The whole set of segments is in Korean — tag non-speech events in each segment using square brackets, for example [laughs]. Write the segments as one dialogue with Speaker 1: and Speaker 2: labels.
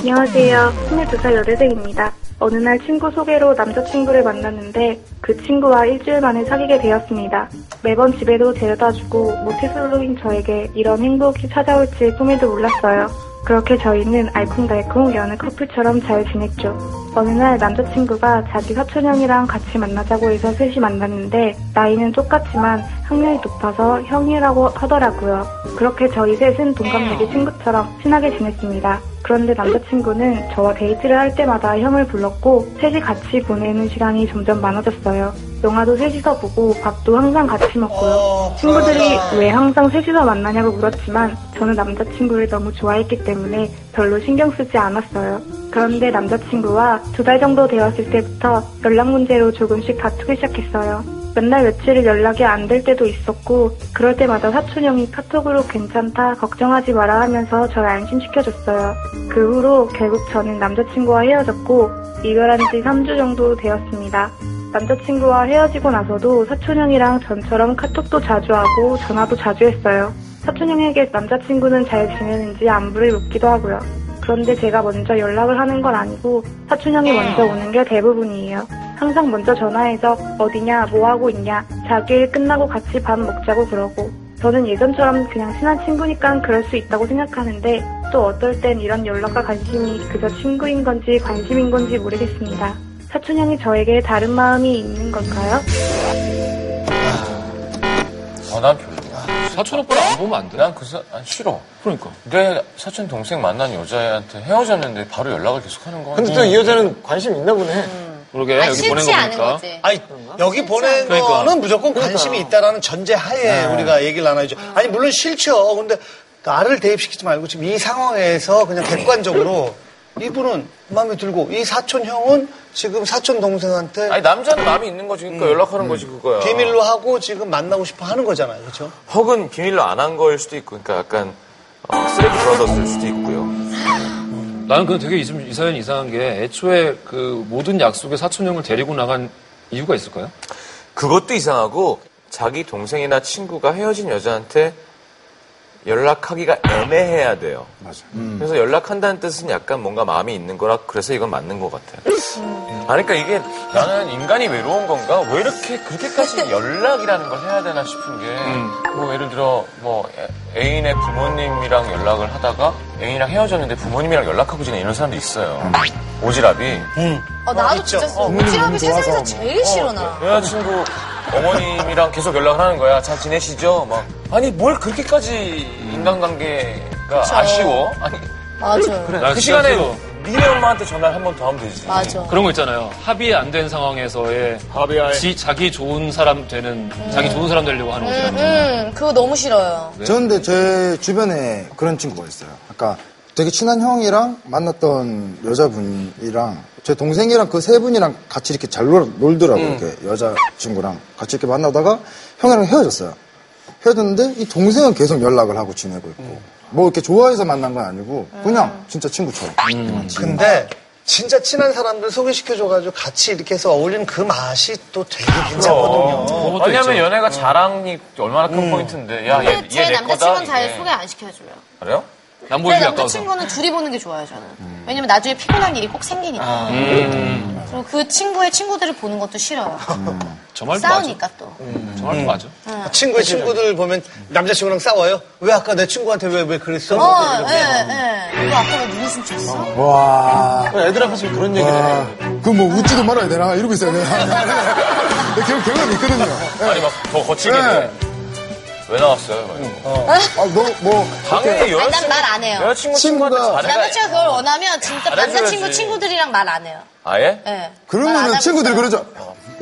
Speaker 1: 안녕하세요. 22살 여대생입니다. 어느 날 친구 소개로 남자친구를 만났는데 그 친구와 일주일 만에 사귀게 되었습니다. 매번 집에도 데려다주고 모태솔로인 저에게 이런 행복이 찾아올지 꿈에도 몰랐어요. 그렇게 저희는 알콩달콩 여느 커플처럼 잘 지냈죠. 어느 날 남자친구가 자기 사촌형이랑 같이 만나자고 해서 셋이 만났는데 나이는 똑같지만 학년이 높아서 형이라고 하더라고요. 그렇게 저희 셋은 동갑내기 친구처럼 친하게 지냈습니다. 그런데 남자친구는 저와 데이트를 할 때마다 형을 불렀고 셋이 같이 보내는 시간이 점점 많아졌어요. 영화도 셋이서 보고 밥도 항상 같이 먹고요.
Speaker 2: 어.
Speaker 1: 친구들이
Speaker 2: 그러니까. 아.
Speaker 1: 왜 항상 셋이서 만나냐고 물었지만 저는 남자친구를 너무 좋아했기 때문에 별로 신경 쓰지 않았어요. 그런데 남자친구와 두 달 정도 되었을 때부터 연락 문제로 조금씩 다투기 시작했어요. 맨날 며칠을 연락이 안 될 때도 있었고 그럴 때마다 사촌 형이 카톡으로 괜찮다 걱정하지 마라 하면서 저를 안심시켜줬어요. 그 후로 결국 저는 남자친구와 헤어졌고 이별한 지 3주 정도 되었습니다. 남자친구와 헤어지고 나서도 사촌형이랑 전처럼 카톡도 자주 하고 전화도 자주 했어요. 사촌형에게 남자친구는 잘 지내는지 안부를 묻기도 하고요. 그런데 제가 먼저 연락을 하는 건 아니고 사촌형이 먼저 오는 게 대부분이에요. 항상 먼저 전화해서 어디냐, 뭐 하고 있냐, 자기 일 끝나고 같이 밥 먹자고 그러고 저는 예전처럼 그냥 친한 친구니까 그럴 수 있다고 생각하는데 또 어떨 땐 이런 연락과 관심이 그저 친구인 건지 관심인 건지 모르겠습니다. 사촌형이 저에게 다른 마음이 있는 걸까요?
Speaker 3: 아, 난 별로야.
Speaker 4: 사촌 오빠를 안 보면 안 돼.
Speaker 3: 난그 사, 아니, 싫어.
Speaker 4: 그러니까.
Speaker 3: 내 사촌 동생 만난 여자애한테 헤어졌는데 바로 연락을 계속 하는 건.
Speaker 5: 근데 또 이 여자는 관심 있나 보네.
Speaker 4: 그러게
Speaker 6: 아,
Speaker 4: 여기 보낸
Speaker 6: 싫지 않은
Speaker 4: 거니까.
Speaker 6: 거지.
Speaker 2: 아니 여기 보낸
Speaker 4: 그러니까.
Speaker 2: 거는 무조건 관심이 있다라는 전제하에
Speaker 3: 네.
Speaker 2: 우리가 얘기를 나눠야죠. 아니 물론 싫죠. 근데 나를 대입시키지 말고 지금 이 상황에서 그냥 객관적으로 이분은 마음에 들고 이 사촌 형은 지금 사촌 동생한테
Speaker 3: 아니, 남자는 마음이 있는 거지. 그러니까 연락하는 거지, 그거야.
Speaker 2: 비밀로 하고 지금 만나고 싶어 하는 거잖아요, 그렇죠?
Speaker 7: 혹은 비밀로 안 한 거일 수도 있고, 그러니까 약간 어, 쓰레기 브라더스일 수도 있고요.
Speaker 4: 나는 근데 되게 이, 좀- 이 사연이 이상한 게 애초에 그 모든 약속에 사촌 형을 데리고 나간 이유가 있을까요?
Speaker 7: 그것도 이상하고 자기 동생이나 친구가 헤어진 여자한테 연락하기가 애매해야 돼요. 맞아. 그래서 연락한다는 뜻은 약간 뭔가 마음이 있는 거라 그래서 이건 맞는 것 같아요.
Speaker 3: 아니 그러니까 이게 나는 인간이 외로운 건가? 왜 이렇게 그렇게까지 연락이라는 걸 해야 되나 싶은 게, 뭐 예를 들어 뭐 애- 애인의 부모님이랑 연락을 하다가 애인이랑 헤어졌는데 부모님이랑 연락하고 지내는 이런 사람도 있어요. 오지랖이.
Speaker 6: 어, 나도 진짜
Speaker 2: 있죠. 어,
Speaker 6: 오지랖이 세상에서 제일 싫어, 나.
Speaker 3: 여자친구 어머님이랑 계속 연락을 하는 거야. 잘 지내시죠? 막 아니 뭘 그렇게까지 인간관계가 아쉬워? 아니
Speaker 6: 맞아.
Speaker 4: 난
Speaker 3: 그 시간에
Speaker 4: 진짜로
Speaker 3: 니네 엄마한테 전화를 한 번 더 하면 되지.
Speaker 6: 맞아.
Speaker 4: 그런 거 있잖아요. 합의 안 된 상황에서의
Speaker 3: 밥이야.
Speaker 4: 지, 자기 좋은 사람 되는 자기 좋은 사람 되려고 하는 거죠.
Speaker 6: 음, 그거 너무 싫어요.
Speaker 8: 저 근데 제 주변에 그런 친구가 있어요. 아까 되게 친한 형이랑 만났던 여자분이랑 제 동생이랑 그 세 분이랑 같이 이렇게 잘 놀, 놀더라고요. 이렇게 여자친구랑 같이 이렇게 만나다가 형이랑 헤어졌어요. 헤어졌는데 이 동생은 계속 연락을 하고 지내고 있고 뭐 이렇게 좋아해서 만난 건 아니고 그냥 진짜 친구처럼.
Speaker 2: 근데 진짜 친한 사람들 소개시켜줘가지고 같이 이렇게 해서 어울리는 그 맛이 또 되게 괜찮거든요.
Speaker 4: 그것도
Speaker 3: 어. 왜냐면
Speaker 4: 있죠. 어. 음.
Speaker 3: 연애가 자랑이 얼마나 큰 포인트인데. 야, 얘,
Speaker 6: 근데 제
Speaker 3: 얘내 거다.
Speaker 6: 남자친구는 잘
Speaker 7: 예.
Speaker 3: 이게.
Speaker 6: 소개 안 시켜줘요.
Speaker 3: 그래요?
Speaker 4: 남보이
Speaker 7: 뭐
Speaker 6: 제
Speaker 4: 아까워서.
Speaker 6: 남자친구는 둘이 보는 게 좋아요, 저는. 왜냐면 나중에 피곤한 일이 꼭 생기니까. 그리고 그 친구의 친구들을 보는 것도 싫어요.
Speaker 4: 저 말도 맞아.
Speaker 6: 싸우니까 또.
Speaker 4: 저 말도 맞아.
Speaker 3: 음.
Speaker 6: 네,
Speaker 2: 친구의 친구들 보면 남자친구랑 싸워요? 왜 아까 내 친구한테 왜, 왜 그랬어? 뭐
Speaker 6: 어, 예, 예. 너 아까 왜 눈이 숨쳤어?
Speaker 8: 와.
Speaker 5: 애들 앞에서 그런 얘기를
Speaker 3: 네.
Speaker 5: 해.
Speaker 8: 그 뭐 웃지도 말아야 되나 이러고 있어야 [laughs] 되나 그런 경험이 있거든요.
Speaker 3: 아니 막 더 거치게.
Speaker 8: 네.
Speaker 3: 왜 나왔어요? 막 이런 거.
Speaker 5: 음.
Speaker 8: 아너뭐
Speaker 3: 당연히
Speaker 6: 아니, 난
Speaker 3: 여자친구.
Speaker 6: 말 안 해요.
Speaker 3: 여자친구
Speaker 8: 친구가-
Speaker 3: 친구한테 잘해라.
Speaker 6: 남자친구가 그걸 원하면 진짜
Speaker 3: 잘해줘야지.
Speaker 6: 남자친구 친구들이랑 말 안 해요.
Speaker 3: 아예?
Speaker 6: 예. 말안
Speaker 8: 그러면은
Speaker 6: 하고
Speaker 8: 친구들이
Speaker 6: 있어요.
Speaker 8: 그러죠.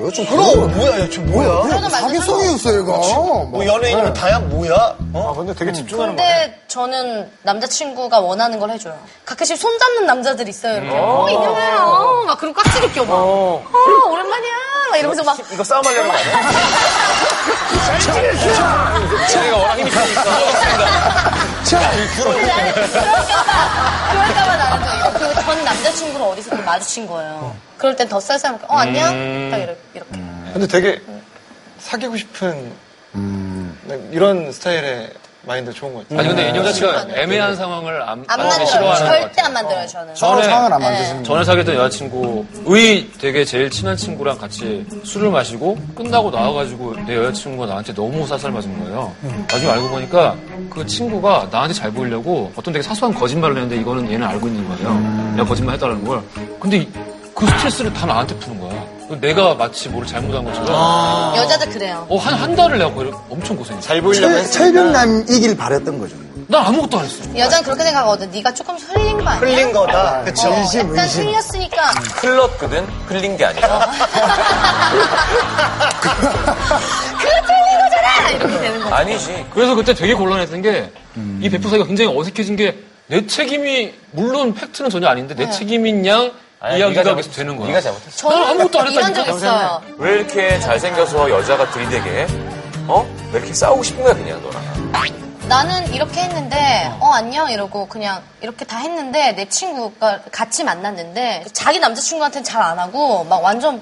Speaker 8: 여자친구
Speaker 2: 그럼 어, 뭐야, 저 뭐야?
Speaker 8: 그래,
Speaker 6: 말도
Speaker 8: 사기성이었어 이거. 네.
Speaker 2: 뭐
Speaker 6: 네.
Speaker 2: 연예인이면 다야 뭐야? 어?
Speaker 5: 아, 근데 되게
Speaker 8: 음.
Speaker 5: 집중하는 거야.
Speaker 6: 근데 저는 남자친구가 원하는 걸 해줘요. 가끔씩 손 잡는 남자들 있어요. 이렇게. 어, 인형아, 어, 막 그런 깍지를 껴봐. 어, 오랜만이야. 막 이러면서 막.
Speaker 3: 이거 싸움하려고 안 해?
Speaker 6: 근데 나는 그럴까봐, 그럴까봐 나는 좀. 그리고 전 남자친구를 어디서 또 마주친 거예요. 그럴 땐 더 쌀쌀하게, 어, 안녕?
Speaker 4: 음.
Speaker 6: 딱 이렇- 이렇게.
Speaker 5: 근데 되게 사귀고 싶은 이런 스타일의 마인드 좋은 것 같아요.
Speaker 4: 아니
Speaker 3: 음.
Speaker 4: 근데 이 여자친구가 애매한 상황을 안,
Speaker 6: 안
Speaker 4: 만들기
Speaker 6: 만들어요.
Speaker 4: 싫어하는 것
Speaker 6: 절대
Speaker 4: 같아요.
Speaker 6: 안 만들어요, 저는.
Speaker 8: 서로
Speaker 4: 전에-
Speaker 8: 상을 안 만드시는
Speaker 4: 전에 사귀었던 여자친구의 되게 제일 친한 친구랑 같이 술을 마시고 끝나고 나와가지고 내 여자친구가 나한테 너무 사살 맞은 거예요. 나중에 알고 보니까 그 친구가 나한테 잘 보이려고 어떤 되게 사소한 거짓말을 했는데 이거는 얘는 알고 있는 거예요. 내가 거짓말 했다는 걸. 근데 그 스트레스를 다 나한테 푸는 거야. 내가 마치 뭘 잘못한 것처럼
Speaker 6: 여자들 그래요.
Speaker 4: 어, 한, 한 달을 내가 거의 엄청 고생했어.
Speaker 5: 잘 보이려고
Speaker 8: 거예요.
Speaker 2: 네. [laughs]
Speaker 5: 했으니까.
Speaker 8: 철벽남이길 바랬던 거죠.
Speaker 4: 난 아무것도 안 했어.
Speaker 6: 여자는 그렇게 생각하거든. 네가 조금 흘린 거 아니야?
Speaker 2: 흘린 거다. 그치.
Speaker 6: 어,
Speaker 8: 진심,
Speaker 6: 약간
Speaker 8: 의심.
Speaker 6: 흘렸으니까
Speaker 7: 흘렀거든? 흘린 게 아니라.
Speaker 6: 아, 이렇게 되는 거.
Speaker 7: 아니지.
Speaker 4: 그래서 그때 되게 곤란했던 게, 이 베프 사이가 굉장히 어색해진 게, 내 책임이, 물론 팩트는 전혀 아닌데, 내 책임인 양
Speaker 7: 아니,
Speaker 4: 이야기가
Speaker 7: 네가
Speaker 4: 계속 되는 거야.
Speaker 7: 네가 잘못했어.
Speaker 4: 나는 아무것도 안
Speaker 6: 저는 이런 적
Speaker 4: 했다니까.
Speaker 6: 있어요.
Speaker 7: 왜 이렇게 잘생겨서 여자가 들이대게? 해? 어? 왜 이렇게 싸우고 싶은 거야, 그냥 너랑.
Speaker 6: 나는 이렇게 했는데 어 안녕 이러고 그냥 이렇게 다 했는데 내 친구가 같이 만났는데 자기 남자친구한테는 잘 안 하고 막 완전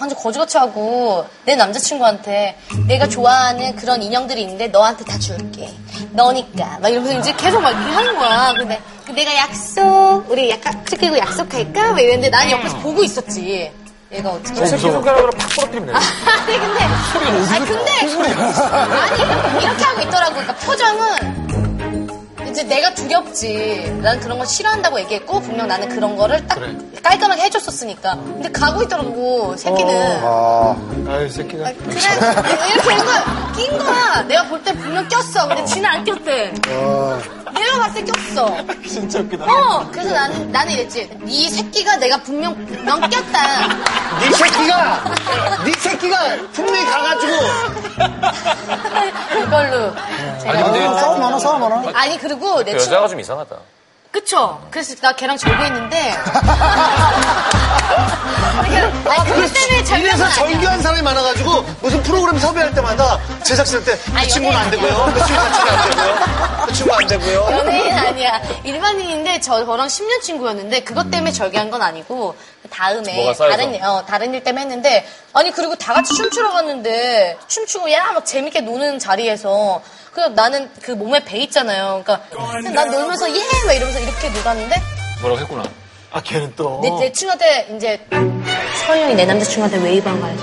Speaker 6: 완전 거지같이 하고 내 남자친구한테 내가 좋아하는 그런 인형들이 있는데 너한테 다 줄게 너니까 막 이러면서 이제 계속 막 이렇게 하는 거야 근데 그 내가 약속 우리 약간 지키고 약속할까 막 이랬는데 난 옆에서 보고 있었지 얘가 어떻게
Speaker 7: 새끼 손가락으로 팍 부러뜨리면 되는
Speaker 6: 아니 근데 아니 근데 아니 이렇게 하고 있더라고 그러니까 표정은 이제 내가 두렵지 난 그런 걸 싫어한다고 얘기했고 분명 나는 그런 거를 딱 깔끔하게 해줬었으니까 근데 가고 있더라고 그 새끼는
Speaker 8: 어.
Speaker 5: 아유, 이 새끼가.
Speaker 6: 그냥 이렇게 한 거야 낀 거야 내가 볼 때 분명 꼈어 근데 지는 안 꼈대 내가 봤을 때 꼈어
Speaker 5: 진짜 웃기다.
Speaker 6: 어 그래서 나는 나는 이랬지 이 새끼가 내가 분명 넌 꼈다
Speaker 2: 네 새끼가, 네 새끼가 분명히 가가지고
Speaker 6: 그걸로 제가
Speaker 4: 아니, 근데
Speaker 8: 싸움 하나, 싸움 하나.
Speaker 6: 아니 그리고 내
Speaker 7: 그
Speaker 6: 친구
Speaker 7: 여자가 좀 이상하다.
Speaker 6: 그쵸? 그래서 나 걔랑
Speaker 2: [laughs]
Speaker 6: 절고 있는데. 아, 그것 때문에 절면은
Speaker 2: 이래서
Speaker 6: 아니야.
Speaker 2: 절규한 사람이 많아가지고 무슨 프로그램 섭외할 때마다 제작진한테 그
Speaker 6: 아니,
Speaker 2: 친구는 안
Speaker 6: 연예인
Speaker 2: 되고요. 그 친구 자체는 안 되고요. 그 친구 안 되고요.
Speaker 6: 연예인 아니야. 일반인인데 저, 저랑 10년 친구였는데 그것 때문에 절개한 건 아니고 다음에
Speaker 7: 뭐가 쌓여서?
Speaker 6: 다른 일- 어, 다른 일 때문에 했는데 아니 그리고 다 같이 춤추러 갔는데 춤추고 야 막 재밌게 노는 자리에서 그 나는 그 몸에 배 있잖아요. 그러니까 그냥 난 놀면서 예 막 이러면서 이렇게 놀았는데
Speaker 4: 뭐라고 했구나.
Speaker 5: 아, 걔는 또.
Speaker 7: 어.
Speaker 6: 내, 내 친구한테 이제 서영이 내 남자친구한테 웨이브한 거야.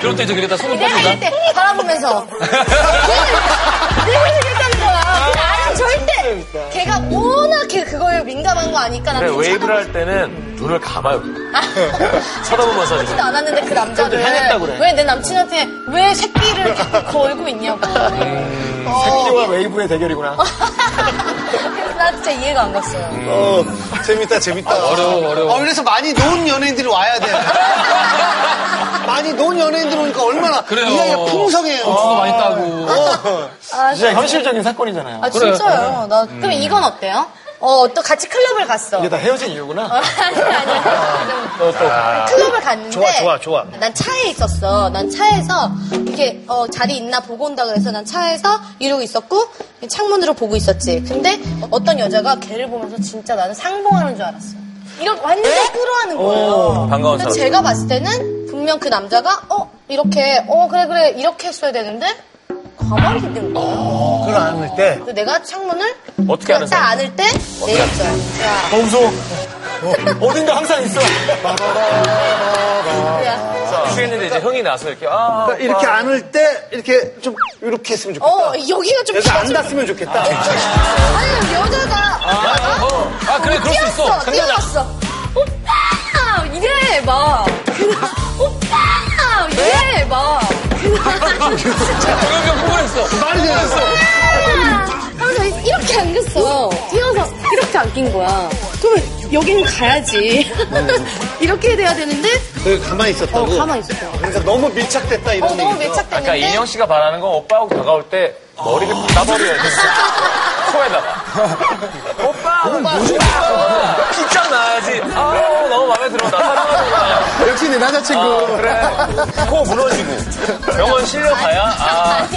Speaker 4: 그럴 때 이제 그게 다 손을
Speaker 7: 아,
Speaker 6: 내가
Speaker 4: 뻗는다?
Speaker 6: 이때 바라보면서 내가 이랬다는 거야. 근데 나는 절대 걔가 워낙 걔 그거에 민감한 거 아니까
Speaker 7: 그래,
Speaker 6: 나는
Speaker 7: 웨이브를 할 때는 눈을 감아요. 쳐다보면서 하지.
Speaker 6: 지도 뭐 않았는데 그 남자를 왜 내 남친한테 왜 새끼를 자꾸 걸고 있냐고.
Speaker 2: 어.
Speaker 5: 새끼와 웨이브의 대결이구나.
Speaker 6: 그래서 나 진짜 이해가 안 갔어요.
Speaker 2: 어, 재밌다, 재밌다.
Speaker 4: 어려워, 어려워.
Speaker 2: 아, 그래서 많이 논 연예인들이 와야 돼. 많이 논 연예인들 오니까 얼마나
Speaker 4: 그래요. 어.
Speaker 2: 이야기가 풍성해요.
Speaker 4: 주도 많이 따고.
Speaker 6: 아,
Speaker 5: 어. 진짜 현실적인 사건이잖아요.
Speaker 6: 아 진짜요. 나
Speaker 7: 음.
Speaker 6: 그럼 이건 어때요? 어, 또 같이 클럽을 갔어.
Speaker 5: 이게 다 헤어진 이유구나.
Speaker 6: 아니, 아니, 아니. 클럽을 갔는데.
Speaker 2: 좋아, 좋아, 좋아.
Speaker 6: 난 차에 있었어. 난 차에서 이렇게 어, 자리 있나 보고 온다 그래서 난 차에서 이러고 있었고 창문으로 보고 있었지. 근데 어떤 여자가 걔를 보면서 진짜 나는 상봉하는 줄 알았어. 이런 완전 끌어하는 거예요.
Speaker 7: 반가운 사람.
Speaker 6: 근데 제가 봤을 때는 분명 그 남자가 어 이렇게 어 그래 그래 이렇게 했어야 되는데 가만히 있는 거예요.
Speaker 2: 그걸 안을 때.
Speaker 6: 그래서 내가 창문을
Speaker 7: 어떻게 하는
Speaker 6: 딱
Speaker 7: 사람?
Speaker 6: 안을 때 네, 내렸어요. 야.
Speaker 5: 어딘가 항상 있어.
Speaker 7: 취했는데 이제 흥이 나서 이렇게, 아.
Speaker 2: 그러니까 이렇게 안을 때 이렇게 좀 이렇게 했으면 좋겠다.
Speaker 6: 어, 여기가 좀
Speaker 2: 그래서 안
Speaker 6: 좀-
Speaker 2: 닿으면 좋겠다.
Speaker 4: 아.
Speaker 6: 아니, 여자가. 아,
Speaker 7: 어. 아, 그래, 그럴 수 있어.
Speaker 6: 뛰었어, 뛰어갔어. 오빠! 이래, 막. 그냥, 오빠! 이래, 막. 그냥,
Speaker 7: 그러면 흥분했어.
Speaker 2: 말이 되겠어.
Speaker 6: 하면서 이렇게 안겼어. 뛰어서 이렇게 안긴 거야. 그러면 여기는 가야지. [laughs] 이렇게 돼야 되는데,
Speaker 2: 그 가만히 있었다고.
Speaker 6: 어, 가만히 있었어.
Speaker 2: 그래서 너무 밀착됐다 이런
Speaker 6: 어, 너무
Speaker 2: 얘기죠.
Speaker 7: 아까
Speaker 6: 밀착됐는데.
Speaker 7: 그러니까 인형 씨가 바라는 건 오빠하고 다가올 때 머리를 감아버려야 돼. 코에다가. 오빠! 오빠! 오빠! 진짜 나야지. 아, 너무 마음에 들어. 나 사랑하는구나.
Speaker 8: 역시 내 남자친구.
Speaker 7: 아, 그래. 코 무너지고. 병원 실려가야, 아,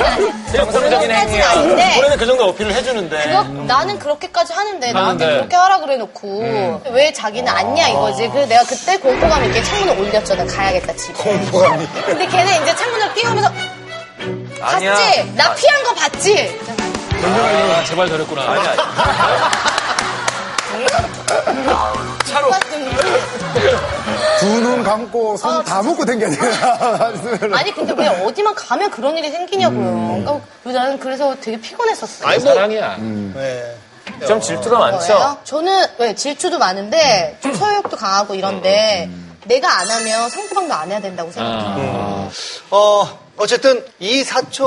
Speaker 7: 정상적인 행위야.
Speaker 6: 아닌데.
Speaker 5: 원래는 그 정도 어필을 해주는데.
Speaker 6: 그거 나는 그렇게까지 하는데 나한테
Speaker 4: 하는데.
Speaker 6: 그렇게 하라 그래 놓고 왜 자기는 안냐 이거지. 그래서 내가 그때 공포감
Speaker 8: 어,
Speaker 6: 있게 창문을 올렸잖아. 가야겠다 집에. 공포감이. 근데 걔는 이제 창문을 띄우면서
Speaker 7: 아니야.
Speaker 6: 봤지? 나 피한 거 봤지?
Speaker 4: 아, 제발 저랬구나.
Speaker 7: 아니야.
Speaker 8: 두 눈 감고 손 다 묶고 댕겨야 돼.
Speaker 6: 아니 근데 왜 어디만 가면 그런 일이 생기냐고요. 그러니까 나는 그래서 되게 피곤했었어요.
Speaker 2: 아이, 뭐.
Speaker 4: 사랑이야.
Speaker 2: 네.
Speaker 7: 좀 질투가 많죠?
Speaker 6: 거예요? 저는 왜 질투도 많은데 좀 소유욕도 강하고
Speaker 7: 음,
Speaker 6: 이런데 내가 안 하면 상대방도 안 해야 된다고
Speaker 7: 아.
Speaker 4: 아.
Speaker 6: 생각해요.
Speaker 2: 어, 어쨌든 이 사촌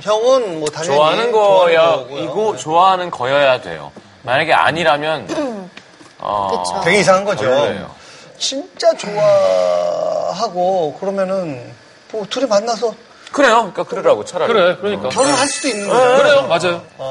Speaker 2: 형은 뭐 당연히 좋아하는
Speaker 7: 좋아하는 거야,
Speaker 2: 거고요.
Speaker 7: 이고 좋아하는 거여야 돼요. 만약에 아니라면, 어,
Speaker 6: 음. 그쵸.
Speaker 2: 되게 이상한 거죠.
Speaker 7: 별로예요.
Speaker 2: 진짜 좋아하고 그러면은 뭐 둘이 만나서
Speaker 7: 그래요. 그러니까 그러라고 차라리.
Speaker 4: 그래, 그러니까.
Speaker 2: 결혼할 수도 있는 거죠.
Speaker 4: 그래요, 맞아요.